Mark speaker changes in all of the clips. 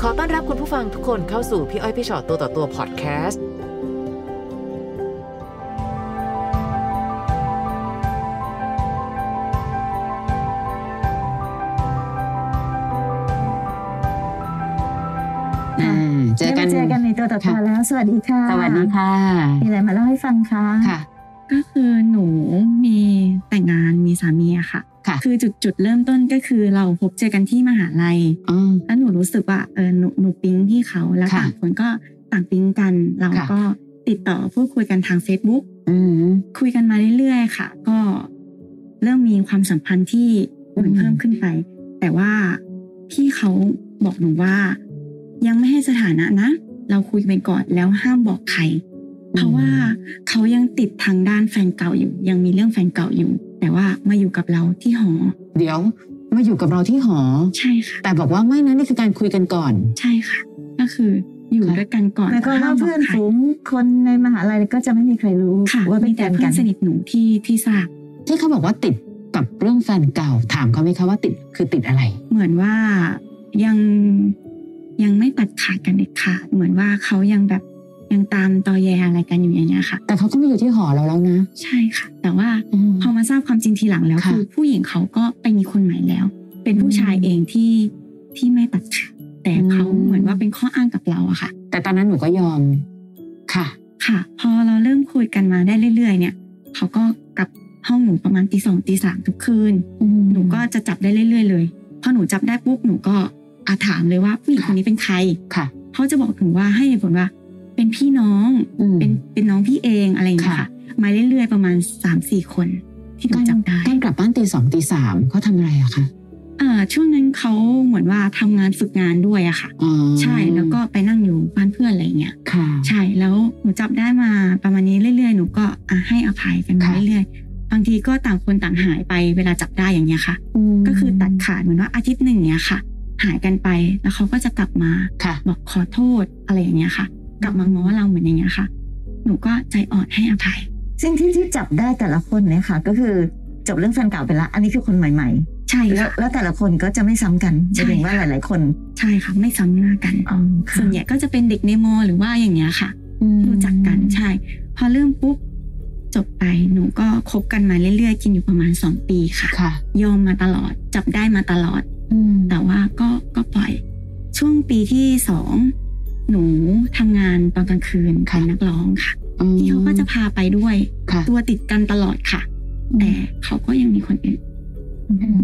Speaker 1: ขอต้อนรับคุณผู้ฟังทุกคนเข้าสู่พี่อ้อยพี่ชอตตัวต่อตัวพอดแคสต์
Speaker 2: อืมเจอกัน
Speaker 3: ได้มาเจอกันในตัวต่อตัว
Speaker 2: ค่ะ
Speaker 3: แล้ว สวัสดีค่ะ
Speaker 2: สวัสดีค่ะ
Speaker 3: มีอะไรมาเล่าให้ฟังคะ
Speaker 2: ค่ะ
Speaker 4: ก็คือหนูมีแต่งงานมีสามีอะค่ะ
Speaker 2: ค่ะ
Speaker 4: คือจุดจุดเริ่มต้นก็คือเราพบเจอกันที่มหาลัย
Speaker 2: อืม
Speaker 4: แล้วหนูรู้สึกว่าเออหนูหนูปิ๊งพี่เขาแล้ว
Speaker 2: ค่ะ
Speaker 4: ต่างคนก็ต่างปิ๊งกัน เรา
Speaker 2: ค่ะ
Speaker 4: ก็ติดต่อพูดคุยกันทาง Facebook
Speaker 2: อืม
Speaker 4: คุยกันมาเรื่อยๆค่ะ ก็เริ่มมีความสัมพันธ์ที่เหมือน
Speaker 2: อืม
Speaker 4: เพิ่มขึ้นไป แต่ว่าพี่เขาบอกหนูว่า ยังไม่ให้สถานะนะ เราคุยไปก่อนแล้วห้ามบอกใคร เพราะว่าเขายังติดทางด้านแฟนเก่าอยู่ ยังมีเรื่องแฟนเก่าอยู่ แต่ว่ามาอยู่กับเราที่หอ
Speaker 2: เดี๋ยวมาอยู่กับเราที่หอ
Speaker 4: ใช่ค่ะ
Speaker 2: แต่บอกว่าไม่นะนี่คือการคุยกันก่อน
Speaker 4: ใช่ค่ะ ก็คืออยู่
Speaker 2: ค่ะ
Speaker 4: ด้วยกันก่อน
Speaker 3: หมายความว่า
Speaker 4: ห้บก
Speaker 3: เพื่อน
Speaker 4: ใคร
Speaker 3: ฝูงคนในมหาลัยก็จะไม่มีใครรู้
Speaker 4: ค่ะ
Speaker 3: ว่าเป็
Speaker 4: มี
Speaker 3: นแฟ
Speaker 4: แต่
Speaker 3: น
Speaker 4: เพื่
Speaker 3: กั
Speaker 4: อน
Speaker 3: น
Speaker 4: สนิทหนูที่ที่ทราบ
Speaker 2: ที่เขาบอกว่าติดกับเรื่องแฟนเก่า ถามเขาไหมคะว่าติดคือติดอะไร
Speaker 4: เหมือนว่ายังยังไม่ตัดขาดกันเด็ดขาดเหมือนว่าเขายังแบบยังตามตอแยอะไรกันอยู่อย่างเงี้ยค่ะ
Speaker 2: แต่เขาก็มาอยู่ที่หอเราแล้วนะ
Speaker 4: ใช่ค่ะ แต่ว่า
Speaker 2: อืม
Speaker 4: พอมาทราบความจริงทีหลังแล้ว
Speaker 2: ค่ะ
Speaker 4: คือผู้หญิงเขาก็ไปมีคนใหม่แล้ว เป็นผู้ชายเองที่ที่ไม่ตัดขาดแต่เขา
Speaker 2: อืม
Speaker 4: เหมือนว่าเป็นข้ออ้างกับเราอะค่ะ
Speaker 2: แต่ตอนนั้นหนูก็ยอม ค่ะ
Speaker 4: ค่ะ พอเราเริ่มคุยกันมาได้เรื่อย ๆ เนี่ยเขาก็กลับห้องหนูประมาณตีสองตีสามทุกคืน หนูก็จะจับได้เรื่อย ๆ เลยพอหนูจับได้ปุ๊บหนูก็อาถามเลยว่าผู้หญิงคนนี้เป็นใคร
Speaker 2: ค่ะ
Speaker 4: เขาจะบอกถึงว่าให้เหตุผลว่า เป็นพี่น้อง
Speaker 2: อืม
Speaker 4: เป็นเป็นน้องพี่เองอะไรอย่างเงี้ย
Speaker 2: ค่ะ
Speaker 4: ค่ะ มาเรื่อยๆประมาณสามสี่คนที่หนูจับได้
Speaker 2: การกลับบ้านตีสองตีสามเขาทำอะไรอะคะ
Speaker 4: เอ่อช่วงนั้นเขาเหมือนว่าทำงานฝึกงานด้วยอะค่ะ
Speaker 2: อ๋อ
Speaker 4: ใช่แล้วก็ไปนั่งอยู่บ้านเพื่อนอะไรอย่างเงี้ย
Speaker 2: ค่ะ
Speaker 4: ใช่แล้วหนูจับได้มาประมาณนี้เรื่อยๆหนูก็อ่ะให้อภัยกันมา
Speaker 2: ค่ะ
Speaker 4: เรื่อยๆบางทีก็ต่างคนต่างหายไปเวลาจับได้อย่างเงี้ยค่ะ
Speaker 2: ม
Speaker 4: ก็คือตัดขาดเหมือนว่าอาทิตย์หนึ่งเนี้ยค่ะ หายกันไปแล้วเขาก็จะกลับมา
Speaker 2: ค่ะ
Speaker 4: บอกขอโทษอะไรอย่างเงี้ยค่ะ กลับมาง้อเราเหมือนอย่างเงี้ยค่ะ หนูก็ใจอ่อนให้อภัย
Speaker 3: ซึ่งที่ที่จับได้แต่ละคนเนี่ยค่ะ ก็คือจบเรื่องแฟนเก่าไปละ อันนี้คือคนใหม่
Speaker 4: ใช่
Speaker 3: ๆ แล้ว
Speaker 4: ค่ะ
Speaker 3: แล้วแต่ละคนก็จะไม่ซ้ำกันห
Speaker 4: ใช่
Speaker 3: มายถึงว่าหลาย ๆ คน
Speaker 4: ใช่ค่ะ ไม่ซ้ำหน้ากัน
Speaker 3: อ๋อค่ะ
Speaker 4: ส่วนใหญ่ก็จะเป็นเด็กในมอหรือว่าอย่างเงี้ยค่ะรู้จักกันใช่ พอเริ่มปุ๊บจบไปหนูก็คบกันมาเรื่อยๆ กินอยู่ประมาณสองปีค่ะ
Speaker 2: ค่ะ
Speaker 4: ยอมมาตลอด จับได้มาตลอด
Speaker 2: อืม
Speaker 4: แต่ว่าก็ก็ปล่อยช่วงปีที่สองหนูทำงานตอนกลางคืน
Speaker 2: ค่ะ
Speaker 4: เป็นนักร้องค่ะ
Speaker 2: อืม
Speaker 4: ที่เขาก็จะพาไปด้วย
Speaker 2: ค่ะ
Speaker 4: ตัวติดกันตลอดค่ะ แต่เขาก็ยังมีคนอื่น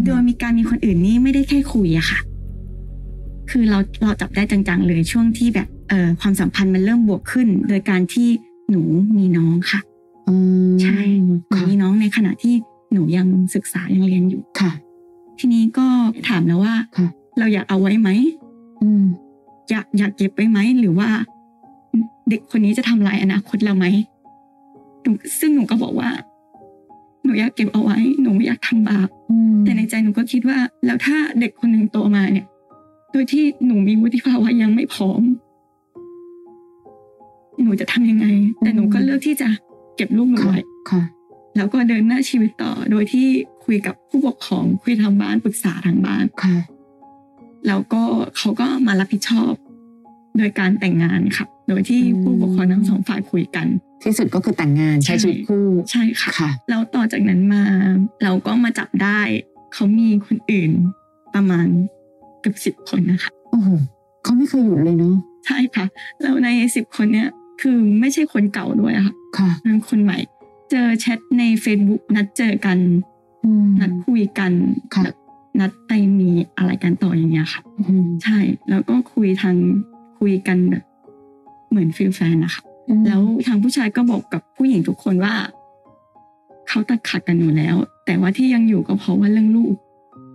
Speaker 4: โดยมีการมีคนอื่นนี่ไม่ได้แค่คุยอะค่ะ คือเราเราจับได้จังๆเลยช่วงที่แบบเอ่อความสัมพันธ์มันเริ่มบวกขึ้น โดยการที่หนูมีน้องค่ะ
Speaker 2: อืม
Speaker 4: ใช่ หนู
Speaker 2: ค่ะ
Speaker 4: มีน้องในขณะที่หนูยังศึกษายังเรียนอยู่
Speaker 2: ค่ะ
Speaker 4: ทีนี้ก็ถามแล้วว่า
Speaker 2: ค่ะ
Speaker 4: เราอยากเอาไว้ไหม
Speaker 2: อืม
Speaker 4: อยากอยากเก็บไว้ไหมหรือว่า เด็กคนนี้จะทำลายอนาคตเราไหมหนูซึ่งหนูก็บอกว่า หนูอยากเก็บเอาไว้ หนูไม่อยากทำบาป
Speaker 2: อืม
Speaker 4: แต่ในใจหนูก็คิดว่า แล้วถ้าเด็กคนหนึ่งโตมาเนี่ย โดยที่หนูมีวุฒิภาวะยังไม่พร้อม หนูจะทำยังไง แต่หนูก็เลือกที่จะเก็บลูกหนู
Speaker 2: ค่ะ
Speaker 4: ไว้
Speaker 2: ค่ะ
Speaker 4: แล้วก็เดินหน้าชีวิตต่อ โดยที่คุยกับผู้ปกครองคุยทางบ้านปรึกษาทางบ้าน
Speaker 2: ค่ะ
Speaker 4: แล้วก็เขาก็มารับผิดชอบ โดยการแต่งงานค่ะ โดยที่
Speaker 2: อืม
Speaker 4: ผู้ปกครองทั้งสองฝ่ายคุยกัน
Speaker 2: ที่สุดก็คือแต่งงานใช้
Speaker 4: ใช่
Speaker 2: ชีวิตคู่
Speaker 4: ใช่ค่ะ
Speaker 2: ค่ะ
Speaker 4: แล้วต่อจากนั้นมาเราก็มาจับได้ เขามีคนอื่นประมาณเกือบสิบคนนะคะ
Speaker 2: โอ้โหเขาไม่เคยหยุดเลยเนาะ
Speaker 4: ใช่ค่ะ แล้วในสิบคนเนี้ยคือไม่ใช่คนเก่าด้วยอะค่ะ
Speaker 2: ค่ะ
Speaker 4: เป็นคนใหม่ เจอแชทใน Facebook นัดเจอกัน
Speaker 2: อืม
Speaker 4: นัดคุยกัน
Speaker 2: ค่ะ
Speaker 4: แบบนัดไปมีอะไรกันต่ออย่างเงี้ยค่ะ
Speaker 2: อืม
Speaker 4: ใช่ แล้วก็คุยทางคุยกันแบบเหมือนฟิลแฟนนะคะ แล้วทางผู้ชายก็บอกกับผู้หญิงทุกคนว่า เขาตัดขาดกันอยู่แล้ว แต่ว่าที่ยังอยู่ก็เพราะว่าเรื่องลูก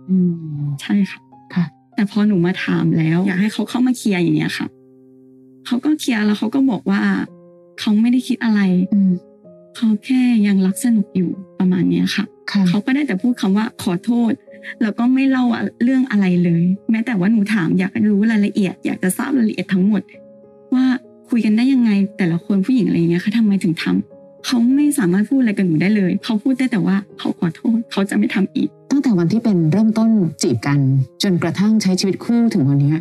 Speaker 2: อืม
Speaker 4: ใช่ค่ะ
Speaker 2: ค่ะ
Speaker 4: แต่พอหนูมาถามแล้ว อยากให้เขาเข้ามาเคลียร์อย่างเงี้ยค่ะเขาก็เคลียร์แล้วเขาก็บอกว่า เขาไม่ได้คิดอะไร
Speaker 2: อืม
Speaker 4: เขาแค่ยังรักสนุกอยู่ประมาณเนี้ยค่ะ
Speaker 2: ค่ะ
Speaker 4: เขาก็ได้แต่พูดคำว่าขอโทษ แล้วก็ไม่เล่าอะเรื่องอะไรเลย แม้แต่ว่าหนูถามอยากรู้รายละเอียด อยากจะทราบรายละเอียดทั้งหมด ว่าคุยกันได้ยังไง แต่ละคนผู้หญิงอะไรอย่างเงี้ยเขาทำไมถึงทำเขาไม่สามารถพูดอะไรกับหนูได้เลย เขาพูดได้แต่ว่าเขาขอโทษ เขาจะไม่ทำอีก
Speaker 2: ตั้งแต่วันที่เป็นเริ่มต้นจีบกัน จนกระทั่งใช้ชีวิตคู่ถึงวันเนี้ย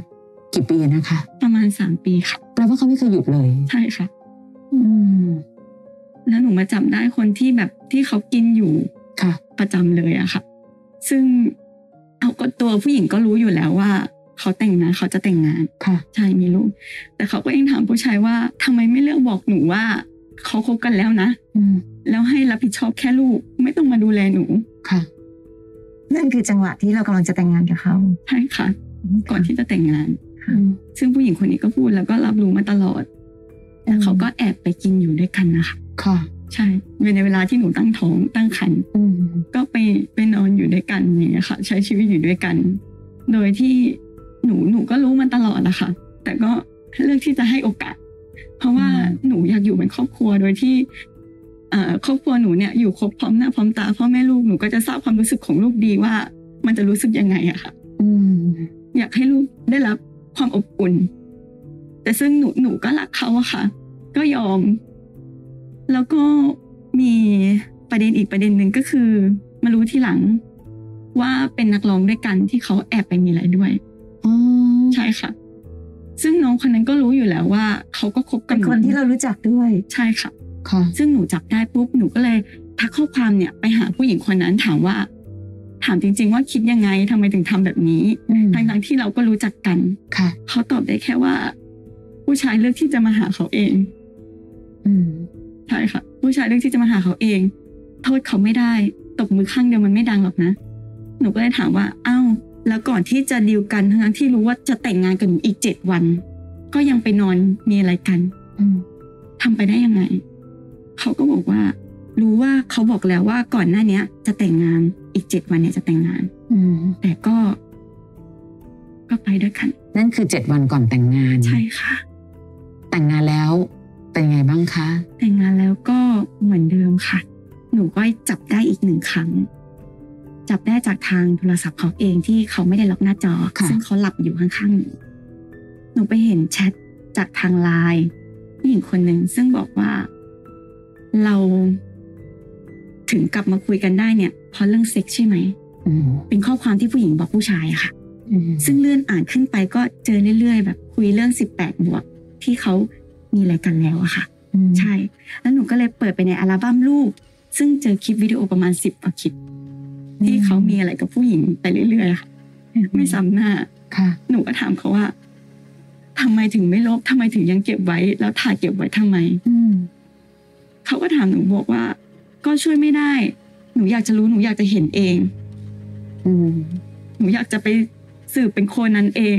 Speaker 2: กี่ปีนะคะ
Speaker 4: ประมาณสามปีค่ะ
Speaker 2: แปลว่าเขาไม่เคยหยุดเลย
Speaker 4: ใช่ค่ะ
Speaker 2: อืม
Speaker 4: แล้วหนูมาจับได้คนที่แบบที่เขากินอยู่
Speaker 2: ค่ะ
Speaker 4: ประจำเลยอะค่ะ ซึ่งเอาก็ตัวผู้หญิงก็รู้อยู่แล้วว่า เขาแต่งงานเขาจะแต่งงาน
Speaker 2: ค่ะ
Speaker 4: ใช่มีลูก แต่เขาก็ยังถามผู้ชายว่าทำไมไม่เลือกบอกหนูว่า เขาคบกันแล้วนะ
Speaker 2: อืม
Speaker 4: แล้วให้รับผิดชอบแค่ลูก ไม่ต้องมาดูแลหนู
Speaker 2: ค่ะ
Speaker 3: นั่นคือจังหวะที่เรากำลังจะแต่งงานกับเขา
Speaker 4: ใช่ค่ะ ก่อนที่จะแต่งงาน
Speaker 2: อืม
Speaker 4: ซึ่งผู้หญิงคนนี้ก็พูดแล้วก็รับรู้มาตลอดแต่เขาก็แอบไปกินอยู่ด้วยกันนะคะ
Speaker 2: ค่ะ
Speaker 4: ใช่อยู่ในเวลาที่หนูตั้งท้องตั้งครรภ์
Speaker 2: อืม
Speaker 4: ก็ไปไปนอนอยู่ด้วยกันอย่างเงี้ยค่ะ ใช้ชีวิตอยู่ด้วยกัน โดยที่หนูหนูก็รู้มาตลอดนะคะแต่ก็เลือกที่จะให้โอกาส เพราะว่าหนูอยากอยู่เป็นครอบครัวโดยที่เอ่อครอบครัวหนูเนี่ยอยู่ครบพร้อมหน้าพร้อมตาพ่อแม่ลูกหนูก็จะทราบความรู้สึกของลูกดีว่า มันจะรู้สึกยังไงอะค่ะ
Speaker 2: อืม
Speaker 4: อยากให้ลูกได้รับความอบอุ่น แต่ซึ่งหนูหนูก็รักเขาอะค่ะ ก็ยอม แล้วก็มีประเด็นอีกประเด็นหนึ่งก็คือ มารู้ทีหลังว่าเป็นนักร้องด้วยกันที่เขาแอบไปมีอะไรด้วย
Speaker 2: อ๋อ
Speaker 4: ใช่ค่ะ ซึ่งน้องคนนั้นก็รู้อยู่แล้วว่า เขาก็คบกั
Speaker 3: เป็นนคนที่เรารู้จักด้วย
Speaker 4: ใช่ค่ะ
Speaker 2: ค่ะ
Speaker 4: ซึ่งหนูจับได้ปุ๊บหนูก็เลยทักข้อความเนี่ย ไปหาผู้หญิงคนนั้นถามว่า ถามจริง ๆ ว่าคิดยังไงทำไมถึงทำแบบนี้
Speaker 2: อืม
Speaker 4: ทั้งๆที่เราก็รู้จักกัน
Speaker 2: ค่ะ
Speaker 4: เขาตอบได้แค่ว่า ผู้ชายเลือกที่จะมาหาเขาเอง
Speaker 2: อืม
Speaker 4: ใช่ค่ะ ผู้ชายเลือกที่จะมาหาเขาเอง โทษเขาไม่ได้ตบมือข้างเดียวมันไม่ดังหรอกนะ หนูก็เลยถามว่าอ้าวแล้วก่อนที่จะดีลกันทั้งๆที่รู้ว่าจะแต่งงานกันอีกเจ็ดวัน ก็ยังไปนอนมีอะไรกัน
Speaker 2: อืม
Speaker 4: ทำไปได้ยังไง เขาก็บอกว่า รู้ว่าเขาบอกแล้วว่าก่อนหน้าเนี้ย จะแต่งงานอีกเจ็ดวันเนี่ยจะแต่งงาน
Speaker 2: อืม
Speaker 4: แต่ก็ ก็ไปด้วยกัน
Speaker 2: นั่นคือเจ็ดวันก่อนแต่งงาน
Speaker 4: ใช่ค่ะ
Speaker 2: แต่งงานแล้วเป็นไงบ้างคะ
Speaker 4: แต่งงานแล้วก็เหมือนเดิมค่ะ หนูก็จับได้อีกหนึ่งครั้ง จับได้จากทางโทรศัพท์เขาเองที่เขาไม่ได้ล็อกหน้าจอ
Speaker 2: ค่ะ
Speaker 4: ซึ่งเขาหลับอยู่ข้างๆหนูหนูไปเห็นแชทจากทางไลน์ผู้หญิงคนหนึ่งซึ่งบอกว่า เราถึงกลับมาคุยกันได้เนี่ยเพราะเรื่องเซ็กซ์ใช่ไหม
Speaker 2: อืม
Speaker 4: เป็นข้อความที่ผู้หญิงบอกผู้ชายอะค่ะ
Speaker 2: อืม
Speaker 4: ซึ่งเลื่อนอ่านขึ้นไปก็เจอเรื่อยๆ แบบคุยเรื่องสิบแปดบวกที่เขามีอะไรกันแล้วอะค่ะ
Speaker 2: อืม
Speaker 4: ใช่ แล้วหนูก็เลยเปิดไปในอัลบั้มลูก ซึ่งเจอคลิปวิดีโอประมาณสิบกว่าคลิป ที่เขามีอะไรกับผู้หญิงไปเรื่อยๆอะค่ะ ไม่ซ้ำหน้า
Speaker 2: ค่ะ
Speaker 4: หนูก็ถามเขาว่าทำไมถึงไม่ลบทำไมถึงยังเก็บไว้ แล้วถ่ายเก็บไว้ทำไม
Speaker 2: อืม
Speaker 4: เขาก็ถามหนูบอกว่า ก็ช่วยไม่ได้ หนูอยากจะรู้หนูอยากจะเห็นเอง
Speaker 2: อืม
Speaker 4: หนูอยากจะไปสืบเป็นโคนันเอง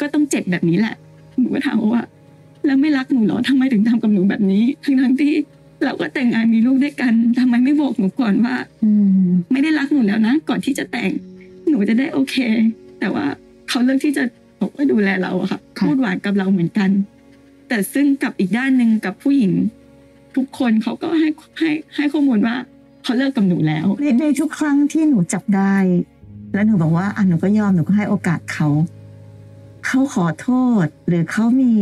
Speaker 4: ก็ต้องเจ็บแบบนี้แหละ หนูก็ถามเขาว่า แล้วไม่รักหนูเหรอทำไมถึงทำกับหนูแบบนี้ทั้งทั้งๆที่เราก็แต่งงานมีลูกด้วยกันทำไมไม่บอกหนูก่อนว่า
Speaker 2: อืม
Speaker 4: ไม่ได้รักหนูแล้วนะก่อนที่จะแต่ง หนูจะได้โอเค แต่ว่าเขาเลือกที่จะบอกว่าดูแลเราอะค่ะ
Speaker 2: ะ
Speaker 4: พูดหวานกับเราเหมือนกัน แต่ซึ่งกับอีกด้านหนึ่งกับผู้หญิง ทุกคนเขาก็ให้ให้ให้ข้อมูลว่าเขาเลิกกับหนูแล้ว
Speaker 3: ในในทุกครั้งที่หนูจับได้ แล้วหนูบอกว่าอ่ะหนูก็ยอมหนูก็ให้โอกาสเขา เขาขอโทษ หรือเขามี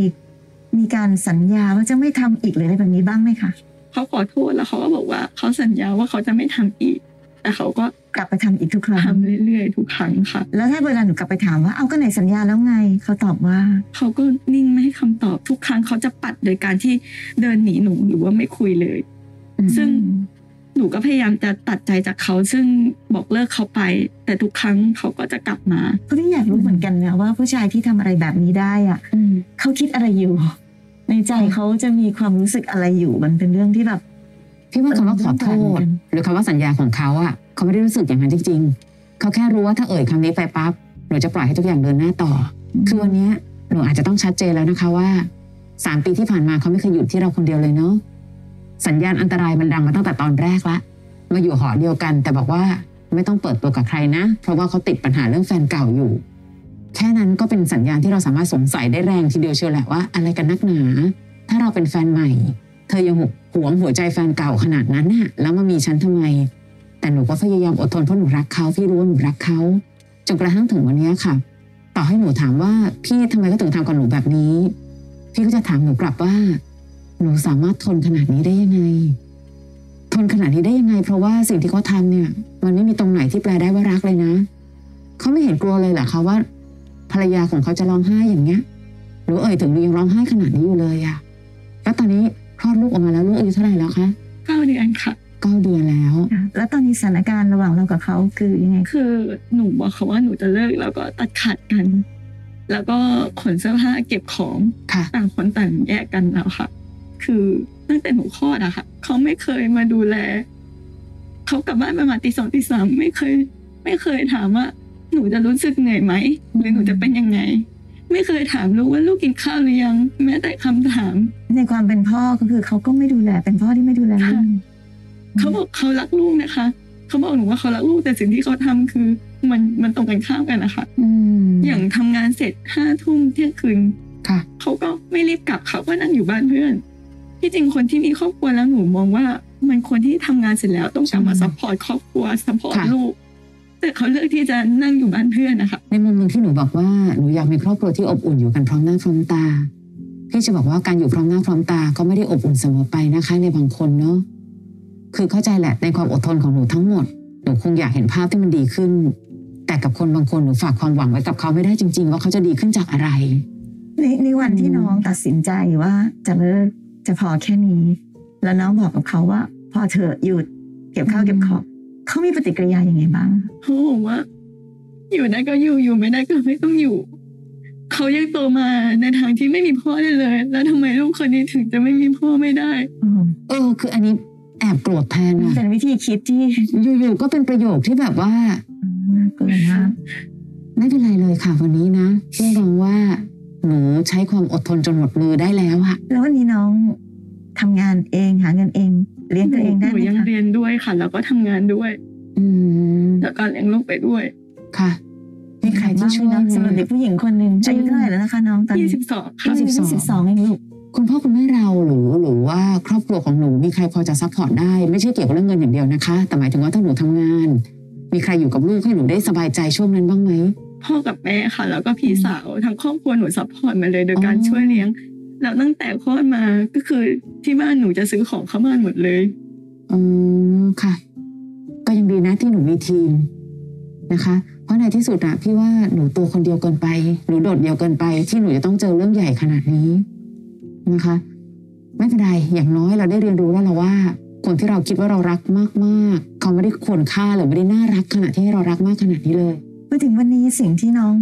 Speaker 3: มีการสัญญาว่าจะไม่ทำอีกหรืออะไรแบบนี้บ้างไหมคะ
Speaker 4: เขาขอโทษแล้วเขาก็บอกว่าเขาสัญญาว่าเขาจะไม่ทำอีก แต่เขาก็
Speaker 3: กลับไปทำอีกทุกครั้ง
Speaker 4: ทำเรื่อยๆทุกครั้งค่ะ
Speaker 3: แล้วถ้าเวลาหนูกลับไปถามว่าเอาก็ไหนสัญญาแล้วไง เขาตอบว่า
Speaker 4: เขาก็นิ่งไม่ให้คำตอบทุกครั้งเขาจะปัดโดยการที่เดินหนีหนูหรือว่าไม่คุยเลย
Speaker 2: อืม
Speaker 4: ซึ่งหนูก็พยายามจะตัดใจจากเขาซึ่งบอกเลิกเขาไป แต่ทุกครั้งเขาก็จะกลับมา
Speaker 3: ก็ที่อยากรู้เหมือนกันนะว่าผู้ชายที่ทำอะไรแบบนี้ได้อ่ะ
Speaker 2: อืม
Speaker 3: เขาคิดอะไรอยู่ ในใจเขาจะมีความรู้สึกอะไรอยู่มันเป็นเรื่องที่แบบ
Speaker 2: พี่ว่าคำว่าขอโทษ
Speaker 3: เออ
Speaker 2: หรือคำว่าสัญญาของเขาอะเขาไม่ได้รู้สึกอย่างนั้นจริง ๆ เขาแค่รู้ว่าถ้าเอ่ยคำนี้ไปปั๊บหนูจะปล่อยให้ทุกอย่างเดินหน้าต่ออคือวันเนี้ยหนูอาจจะต้องชัดเจนแล้วนะคะว่าสามปีที่ผ่านมาเขาไม่เคยหยุดที่เราคนเดียวเลยเนาะสัญญาณอันตรายมันดังมาตั้งแต่ตอนแรกละมาอยู่หอเดียวกัน แต่บอกว่าไม่ต้องเปิดตัวกับใครนะ เพราะว่าเขาติดปัญหาเรื่องแฟนเก่าอยู่ แค่นั้นก็เป็นสัญญาณที่เราสามารถสงสัยได้แรงทีเดียวเชียวแหละว่าอะไรกันนักหนา ถ้าเราเป็นแฟนใหม่ เธอยังหวงหัวใจแฟนเก่าขนาดนั้นน่ะ แล้วมามีฉันทำไม แต่หนูก็พยายามอดทนเพราะหนูรักเขาพี่รู้ว่าหนูรักเขาจนกระทั่งถึงวันเนี้ยค่ะ ต่อให้หนูถามว่าพี่ทำไมก็ถึงทำกับหนูแบบนี้ พี่ก็จะถามหนูกลับว่า หนูสามารถทนขนาดนี้ได้ยังไง ทนขนาดนี้ได้ยังไง เพราะว่าสิ่งที่เขาทำเนี่ย มันไม่มีตรงไหนที่แปลได้ว่ารักเลยนะเขาไม่เห็นกลัวเลยเหรอคะว่า ภรรยาของเขาจะร้องไห้อย่างเงี้ยหรือเอ่ยถึงหรือยังร้องไห้ขนาดนี้อยู่เลยอะแล้วตอนนี้คลอดลูกออกมาแล้วลูกอายุเท่าไหร่แล้วคะ
Speaker 4: เก้าเดือนค่ะ
Speaker 2: เก้าเดือนแล้ว
Speaker 3: ค่ะแล้วตอนนี้สถานการณ์ระหว่างเรากับเขาคือยังไงคะ
Speaker 4: คือหนูบอกเขาว่าหนูจะเลิกแล้วก็ตัดขาดกัน แล้วก็ขนเสื้อผ้าเก็บของ
Speaker 2: ค่ะ
Speaker 4: ต่างคนต่างแยกกันแล้วค่ะ คือตั้งแต่หนูคลอดอะค่ะเขาไม่เคยมาดูแลเขากลับบ้านประมาณตีสองตีสามไม่เคย ไม่เคยถามว่า หนูจะรู้สึกเหนื่อยไหมหรือหนูจะเป็นยังไง ไม่เคยถามลูกว่าลูกกินข้าวหรือยัง แม้แต่คำถาม
Speaker 3: ในความเป็นพ่อก็คือเขาก็ไม่ดูแลเป็นพ่อที่ไม่ดูแลลูก
Speaker 4: ค่ะ เขาบอกเขารักลูกนะคะ เขาบอกหนูว่าเขารักลูกแต่สิ่งที่เขาทำคือ มันมันตรงกันข้ามกันนะคะ
Speaker 2: อืม
Speaker 4: อย่างทำงานเสร็จห้าทุ่มเที่ยงคืน
Speaker 2: ค่ะ
Speaker 4: เขาก็ไม่รีบกลับเขาก็นั่งอยู่บ้านเพื่อน ที่จริงคนที่มีครอบครัวแล้วหนูมองว่า มันคนที่ทำงานเสร็จแล้วต้องกลับมา
Speaker 2: ใช่
Speaker 4: ซัพพอร์ตครอบครัวซัพพอร์ต
Speaker 2: ค่ะ
Speaker 4: ลูกแต่เขาเลือกที่จะนั่งอยู่บ้านเพื่อนนะคะ
Speaker 2: ในมุมหนึ่งที่หนูบอกว่าหนูอยากมีครอบครัวที่อบอุ่นอยู่กันพร้อมหน้าพร้อมตา พี่จะบอกว่าการอยู่พร้อมหน้าพร้อมตาก็ไม่ได้อบอุ่นเสมอไปนะคะ ในบางคนเนาะคือเข้าใจแหละในความอดทนของหนูทั้งหมดหนูคงอยากเห็นภาพที่มันดีขึ้น แต่กับคนบางคนหนูฝากความหวังไว้กับเขาไม่ได้จริง ๆ ว่าเขาจะดีขึ้นจากอะไร
Speaker 3: ในในวันที่
Speaker 2: อืม
Speaker 3: น้องตัดสินใจว่าจะเลิกจะพอแค่นี้ แล้วน้องบอกกับเขาว่า พอเถอะหยุดเก็บข้าวเก็บของเขามีปฏิกิริยาอย่างไงบ้าง
Speaker 4: เขาบอกว่า อยู่ได้ก็อยู่อยู่ไม่ได้ก็ไม่ต้องอยู่ เขายังโตมาในทางที่ไม่มีพ่อได้เลย แล้วทำไมลูกคนนี้ถึงจะไม่มีพ่อไม่ได้
Speaker 3: อืม
Speaker 2: เออ คืออันนี้แอบโกรธแทน
Speaker 3: เป็
Speaker 2: อะ
Speaker 3: นวิธีคิดที่
Speaker 2: อยู่ๆก็เป็นประโยคที่แบบว่า
Speaker 3: น่ากลัวมาก
Speaker 2: ไม่เป็นไรเลยค่ะวันนี้นะพี่รองว่า หนูใช้ความอดทนจนหมดมือได้แล้วอะ
Speaker 3: แล้ววันนี้น้องทำงานเองหาเงินเอง เลี้ยงตัวเองได้
Speaker 4: ห
Speaker 3: ไห
Speaker 4: นู
Speaker 3: ม
Speaker 4: ยัง
Speaker 3: คะ
Speaker 4: เรียนด้วยค่ะ แล้วก็ทำงานด้วย
Speaker 2: อืม
Speaker 4: แล้วก็เลี้ยงลูกไปด้วย
Speaker 2: ค่ะมีใครที่ช่วย
Speaker 3: เก่งมากเลยนะสำหรับเด็กผู้หญิงคนหนึ่งอายุเท่าไหร่แล้วนะคะ น้องตอนนี้
Speaker 4: ยี่สิบสองค่ะ
Speaker 2: 22
Speaker 3: ยี่สิบสองเองลูก
Speaker 2: คุณพ่อคุณแม่เราหรือหรือว่าครอบครัวของหนูมีใครพอจะซัพพอร์ตได้ ไม่ใช่เกี่ยวกับเรื่องเงินอย่างเดียวนะคะ แต่หมายถึงว่าถ้าหนูทำงาน มีใครอยู่กับลูกให้หนูได้สบายใจช่วงนั้นบ้างไหม
Speaker 4: พ่อกับแม่ค่ะ แล้วก็พี่สาวทั้งครอบครัวหนูซัพพอร์ตมาเลยโดยการ
Speaker 2: อ๋อ
Speaker 4: ช่วยเลี้ยงแล้วตั้งแต่คลอดมาก็คือที่บ้านหนูจะซื้อของเข้าบ้านหมดเลย
Speaker 2: อืมค่ะ ก็ยังดีนะที่หนูมีทีมนะคะ เพราะในที่สุดอะพี่ว่าหนูตัวคนเดียวเกินไป หนูโดดเดียวเกินไป ที่หนูจะต้องเจอเรื่องใหญ่ขนาดนี้นะคะ ไม่เป็นไรอย่างน้อยเราได้เรียนรู้แล้วเราว่า คนที่เราคิดว่าเรารักมากๆ เขาไม่ได้ควรค่าหรือไม่ได้น่ารักขนาดที่ให้เรารักมากขนาดนี้เลย
Speaker 3: มาถึงวันนี้สิ่งที่น้อง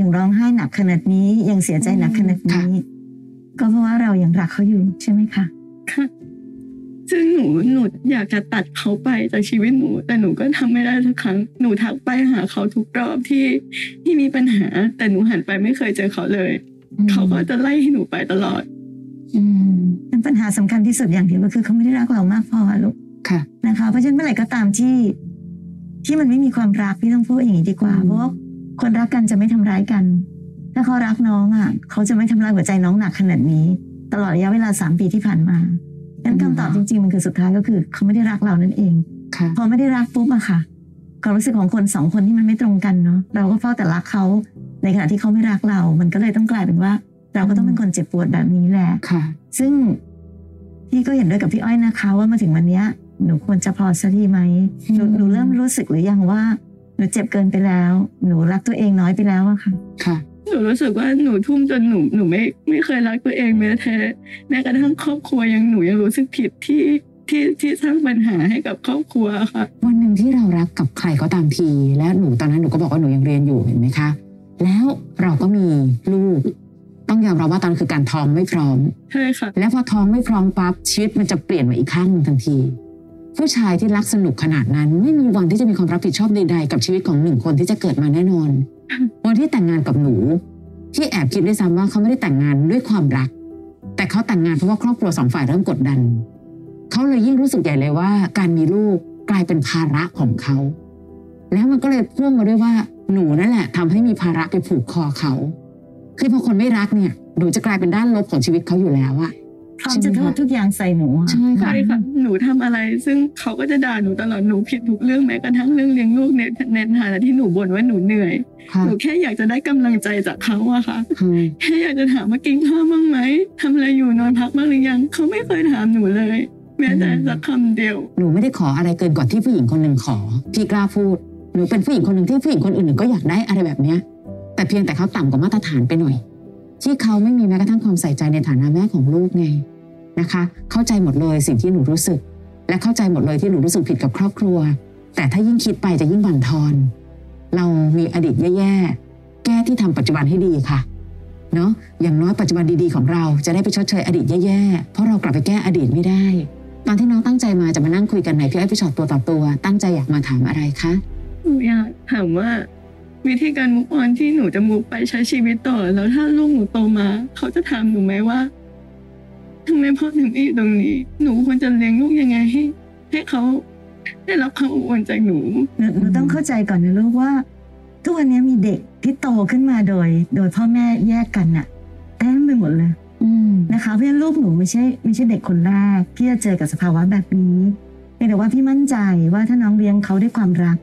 Speaker 3: ยังร้องไห้หนักขนาดนี้ยังเสียใจหนักขนาดนี้ ก็เพราะว่าเรายังรักเขาอยู่ใช่ไหมคะ
Speaker 4: ค่ะ ซึ่งหนูหนูอยากจะตัดเขาไปจากชีวิตหนู แต่หนูก็ทำไม่ได้ทุกครั้งหนูทักไปหาเขาทุกรอบที่ที่มีปัญหา แต่หนูหันไปไม่เคยเจอเขาเลย เขาก็จะไล่ให้หนูไปตลอด
Speaker 2: อืม
Speaker 3: นั้นปัญหาสำคัญที่สุดอย่างเดียวก็คือเขาไม่ได้รักเรามากพอลูก
Speaker 2: ค่ะ
Speaker 3: นะคะ เพราะฉะนั้นเมื่อไหร่ก็ตามที่ ที่มันไม่มีความรักพี่ต้องพูดอย่างนี้ดีกว่า
Speaker 2: อืม
Speaker 3: เพราะว่าคนรักกันจะไม่ทำร้ายกัน ถ้าเขารักน้องอ่ะ เขาจะไม่ทำร้ายหัวใจน้องหนักขนาดนี้ ตลอดระยะเวลาสามปีที่ผ่านมาดังนั้นคำตอบจริง ๆ มันคือสุดท้ายก็คือ เขาไม่ได้รักเรานั่นเอง
Speaker 2: ค่ะ
Speaker 3: พอไม่ได้รักปุ๊บอะค่ะความรู้สึกของคนสองคนที่มันไม่ตรงกันเนาะเราก็เฝ้าแต่รักเขาในขณะที่เขาไม่รักเรา มันก็เลยต้องกลายเป็นว่า เราก็ต้องเป็นคนเจ็บปวดแบบนี้แหละ
Speaker 2: ค่ะ
Speaker 3: ซึ่งพี่ก็เห็นด้วยกับพี่อ้อยนะคะ ว่ามาถึงวันเนี้ยหนูควรจะพอสักทีไหมหนู
Speaker 2: อืม
Speaker 3: หนูเริ่มรู้สึกหรือยังว่าหนูเจ็บเกินไปแล้ว หนูรักตัวเองน้อยไปแล้วอะค่ะ
Speaker 2: ค่ะ
Speaker 4: หนูรู้สึกว่าหนูทุ่มจนหนูหนูไม่ไม่เคยรักตัวเองแม้แท้แม้กระทั่งครอบครัวยังหนูยังรู้สึกผิดที่ที่ที่สร้างปัญหาให้กับครอบครัวค่ะ
Speaker 2: วันหนึ่งที่เรารักกับใครก็ตามที และหนูตอนนั้นหนูก็บอกว่าหนูยังเรียนอยู่เห็นไหมคะ แล้วเราก็มีลูก ต้องยอมรับว่าตอนนนคือการท้องไม่พร้อม
Speaker 4: ใช่ค่ะ
Speaker 2: แล้วพอท้องไม่พร้อมปั๊บชีวิตมันจะเปลี่ยนมาอีกข้างหนึ่งทันที ผู้ชายที่รักสนุกขนาดนั้น ไม่มีวันที่จะมีความรับผิดชอบใดๆ กับชีวิตของหนึ่งคนที่จะเกิดมาแน่นอน วันที่แต่งงานกับหนู ที่แอบคิดด้วยซ้ำว่าเขาไม่ได้แต่งงานด้วยความรัก แต่เขาแต่งงานเพราะว่าครอบครัวสองฝ่ายเริ่มกดดัน เขาเลยยิ่งรู้สึกใหญ่เลยว่า การมีลูกกลายเป็นภาระของเขา แล้วมันก็เลยพ่วงมาด้วยว่าหนูนั่นแหละทำให้มีภาระไปผูกคอเขา คือพอคนไม่รักเนี่ยหนูจะกลายเป็นด้านลบของชีวิตเขาอยู่แล้วอะ
Speaker 3: พร้อมจะโทษทุกอย่างใส่หนูอะ
Speaker 2: ใช่ค่ะ
Speaker 4: ใช่ค่ะ หนูทำอะไร ซึ่งเขาก็จะด่าหนูตลอดหนูผิดทุกเรื่องแม้กระทั่งเรื่องเลี้ยงลูกในในฐานะที่หนูบ่นว่าหนูเหนื่อย
Speaker 2: ค่ะ
Speaker 4: หนูแค่อยากจะได้กำลังใจจากเขาอะค่ะ
Speaker 2: ค่ะ
Speaker 4: แค่อยากจะถามว่ากินข้าวบ้างไหมทำอะไรอยู่นอนพักบ้างหรือยัง เขาไม่เคยถามหนูเลย แม้แต่สักคำเดียว
Speaker 2: หนูไม่ได้ขออะไรเกินกว่าที่ผู้หญิงคนหนึ่งขอ พี่กล้าพูด หนูเป็นผู้หญิงคนหนึ่งที่ผู้หญิงคนอื่นๆก็อยากได้อะไรแบบเนี้ย แต่ แต่เพียงแต่เขาต่ำกว่ามาตรฐานไปหน่อย ที่เขาไม่มีแม้กระทั่งความใส่ใจในฐานะแม่ของลูกไงนะคะ เข้าใจหมดเลยสิ่งที่หนูรู้สึก และเข้าใจหมดเลยที่หนูรู้สึกผิดกับครอบครัว แต่ถ้ายิ่งคิดไปจะยิ่งบั่นทอน เรามีอดีตแย่ๆ แก้ที่ทำปัจจุบันให้ดีค่ะ เนาะอย่างน้อยปัจจุบันดีๆของเราจะได้ไปชดเชยอดีตแย่ๆ เพราะเรากลับไปแก้อดีตไม่ได้ ตอนที่น้องตั้งใจมาจะมานั่งคุยกันในพี่อ้อยพี่ชอตตัวต่อตัว ตั้งใจอยากมาถามอะไรคะ
Speaker 4: หนูอยากถามว่า วิธีการมุกออนที่หนูจะมุกไปใช้ชีวิตต่อ แล้วถ้าลูกหนูโตมา เขาจะถามหนูไหมว่าทำไมพ่อถึงไม่อยู่ตรงนี้ หนูควรจะเลี้ยงลูกยังไงให้ให้เขาได้รับความอบอุ่นจากหนู
Speaker 3: หนูหนูต้องเข้าใจก่อนนะลูกว่า ทุกวันนี้มีเด็กที่โตขึ้นมาโดย โดยพ่อแม่แยกกันน่ะเต็มไปหมดเลย
Speaker 2: อืม
Speaker 3: นะคะเพราะฉะนั้นลูกหนูไม่ใช่ไม่ใช่เด็กคนแรกที่จะเจอกับสภาวะแบบนี้เพียงแต่ว่าพี่มั่นใจว่าถ้าน้องเลี้ยงเขาด้วยความรัก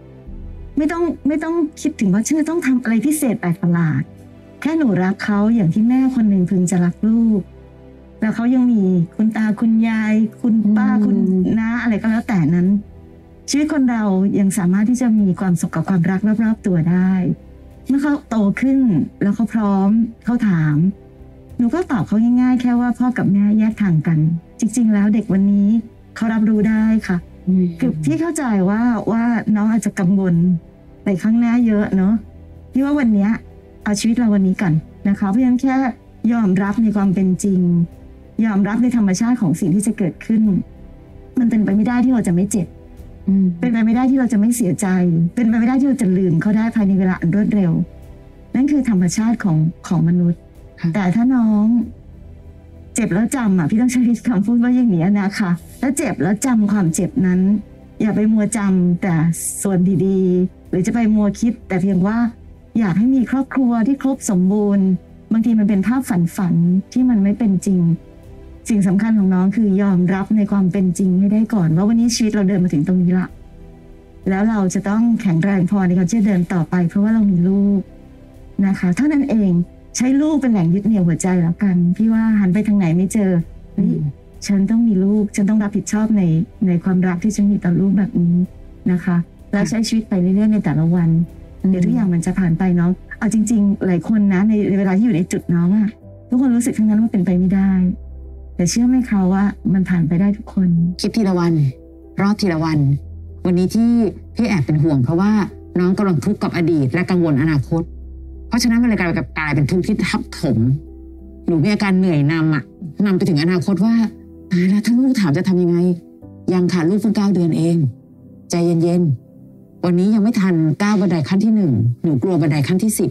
Speaker 3: ไม่ต้องไม่ต้องคิดถึงว่าฉันจะต้องทำอะไรพิเศษแปลกประหลาด แค่หนูรักเขาอย่างที่แม่คนหนึ่งพึงจะรักลูก แล้วเขายังมีคุณตาคุณยาย คุณป้า
Speaker 2: อืม
Speaker 3: คุณน้าอะไรก็แล้วแต่นั้น ชีวิตคนเรายังสามารถที่จะมีความสุขกับความรักรอบๆตัวได้ เมื่อเขาโตขึ้นแล้วเขาพร้อมเขาถาม หนูก็ตอบเขาง่ายๆ แค่ว่าพ่อกับแม่แยกทางกัน จริง ๆ แล้วเด็กวันนี้เขารับรู้ได้ค่ะ คือพี่เข้าใจว่าว่าน้องอาจจะกังวลไปข้างหน้าเยอะเนาะพี่ว่าวันเนี้ยเอาชีวิตเราวันนี้ก่อนนะคะเพราะฉะนั้นแค่ยอมรับในความเป็นจริง ยอมรับในธรรมชาติของสิ่งที่จะเกิดขึ้น มันเป็นไปไม่ได้ที่เราจะไม่เจ็บ
Speaker 2: อืม
Speaker 3: เป็นไปไม่ได้ที่เราจะไม่เสียใจ เป็นไปไม่ได้ที่เราจะลืมเขาได้ภายในเวลาอันรวดเร็ว นั่นคือธรรมชาติของของมนุษย์
Speaker 2: ค่ะ
Speaker 3: แต่ถ้าน้อง เจ็บแล้วจำอ่ะพี่ต้องใช้คำพูดว่าอย่างนี้นะคะ แล้วเจ็บแล้วจำความเจ็บนั้น อย่าไปมัวจำแต่ส่วนดีๆ หรือจะไปมัวคิด แต่เพียงว่าอยากให้มีครอบครัวที่ครบสมบูรณ์ บางทีมันเป็นภาพฝันฝันๆที่มันไม่เป็นจริง สิ่งสำคัญของน้องคือยอมรับในความเป็นจริงให้ได้ก่อนว่าวันนี้ชีวิตเราเดินมาถึงตรงนี้ละ แล้วเราจะต้องแข็งแรงพอในการที่จะเดินต่อไป เพราะว่าเรามีลูกนะคะเท่านั้นเองใช้ลูกเป็นแหล่งยึดเหนี่ยวหัวใจแล้วกัน พี่ว่าหันไปทางไหนไม่เจอเฮ้ยฉันต้องมีลูก ฉันต้องรับผิดชอบในในความรักที่ฉันมีต่อลูกแบบนี้นะคะ แล้วใช้ชีวิตไปเรื่อยๆในแต่ละวัน เดี๋ยวทุกอย่างมันจะผ่านไปเน้อง เอาจริง ๆ หลายคนนะในเวลาที่อยู่ในจุดน้องอะทุกคนรู้สึกทั้งนั้นว่าเป็นไปไม่ได้ แต่เชื่อไหมคะว่ามันผ่านไปได้ทุกคน
Speaker 2: คิดทีละวัน รอดทีละวัน วันนี้ที่พี่แอบเป็นห่วงเพราะว่าน้องกำลังทุกข์กับอดีตและกังวลอนาคต เพราะฉะนั้นมันเลยกลายเป็นกลายเป็นทุกข์ที่ทับถม หนูมีอาการเหนื่อยนำอะนำไปถึงอนาคตว่าตายแล้วถ้าลูกถามจะทำยังไง ยังค่ะลูกเพิ่งเก้าเดือนเอง ใจเย็นๆ วันนี้ยังไม่ทันก้าวบันไดขั้นที่หนึ่งหนูกลัวบันไดขั้นที่สิบ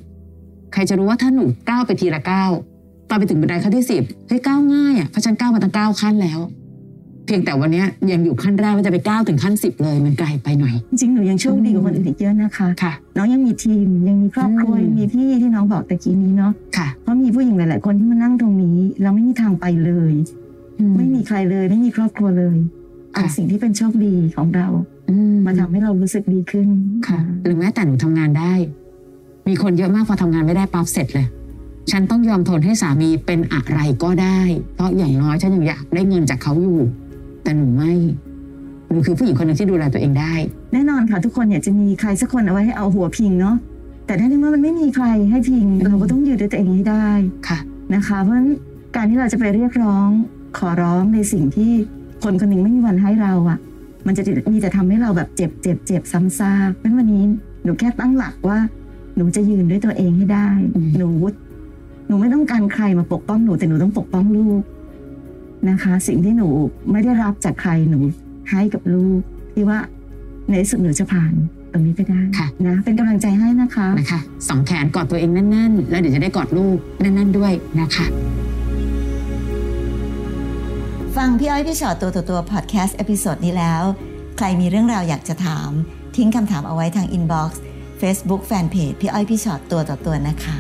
Speaker 2: ใครจะรู้ว่าถ้าหนูก้าวไปทีละก้าวตอนไปถึงบันไดขั้นที่สิบเฮ้ยก้าวง่ายอ่ะเพราะฉันก้าวมาตั้งเก้าขั้นแล้ว เพียงแต่วันเนี้ยยังอยู่ขั้นแรกว่าจะไปก้าวถึงขั้นสิบเลยมันไกลไปหน่อย
Speaker 3: จริงๆหนูยังโชคดีกว่าคนอื่นอีกเยอะนะคะ
Speaker 2: ค่ะ
Speaker 3: น้องยังมีทีมยังมีครอบครัว
Speaker 2: อืม
Speaker 3: ยังมีพี่ที่น้องบอกตะกี้นี้เนาะ
Speaker 2: ค่ะ
Speaker 3: เพราะมีผู้หญิงหลาย ๆ คนที่มานั่งตรงนี้เราไม่มีทางไปเลย ไม่มีใครเลยไม่มีครอบครัวเลยเอาสิ่งที่เป็นโชคดีของเรา
Speaker 2: อื
Speaker 3: มาทำให้เรารู้สึกดีขึ้น
Speaker 2: ค่ะ หรือแม้แต่หนูทำงานได้ มีคนเยอะมากพอทำงานไม่ได้ปั๊บเสร็จเลย ฉันต้องยอมทนให้สามีเป็นอะไรก็ได้ เพราะอย่างน้อยฉันยังอยากได้เงินจากเขาอยู่ แต่หนูไม่หนูคือผู้หญิงคนหนึ่งที่ดูแลตัวเองได้
Speaker 3: แน่นอนค่ะทุกคนอยากจะมีใครสักคนเอาไว้ให้เอาหัวพิงเนาะแต่ถ้าในเมื่อมันไม่มีใครให้พิง
Speaker 2: อืม
Speaker 3: เราก็ต้องยืนด้วยตัวเองให้ได้
Speaker 2: ค่ะ
Speaker 3: นะคะ เพราะฉะนั้นการที่เราจะไปเรียกร้องขอร้องในสิ่งที่คนคนหนึ่งไม่มีวันให้เราอะ่ะ มันจะมีแต่ทำให้เราแบบเจ็บเจ็บเจ็บซ้ำซากเพราะฉะนั้นวันนี้หนูแค่ตั้งหลักว่า หนูจะยืนด้วยตัวเองให้ได้
Speaker 2: อืม
Speaker 3: หนูวุฒหนูไม่ต้องการใครมาปกป้องหนูแต่หนูต้องปกป้องลูกนะคะ สิ่งที่หนูไม่ได้รับจากใครหนูให้กับลูก ที่ว่าในที่สุดหนูจะผ่านตรงนี้ไปได้
Speaker 2: ค่ะ
Speaker 3: นะ เป็นกำลังใจให้นะคะ
Speaker 2: นะคะสองแขนกอดตัวเองแน่นๆ แล้วเดี๋ยวจะได้กอดลูกแน่นๆด้วยนะคะ
Speaker 5: ฟังพี่อ้อยพี่ชอตตัวต่อตัวพอดแคสต์เอพิโซดนี้แล้ว ใครมีเรื่องราวอยากจะถาม ทิ้งคำถามเอาไว้ทางอินบ็อกซ์เฟซบุ๊กแฟนเพจพี่อ้อยพี่ชอตตัวต่อตัวนะคะ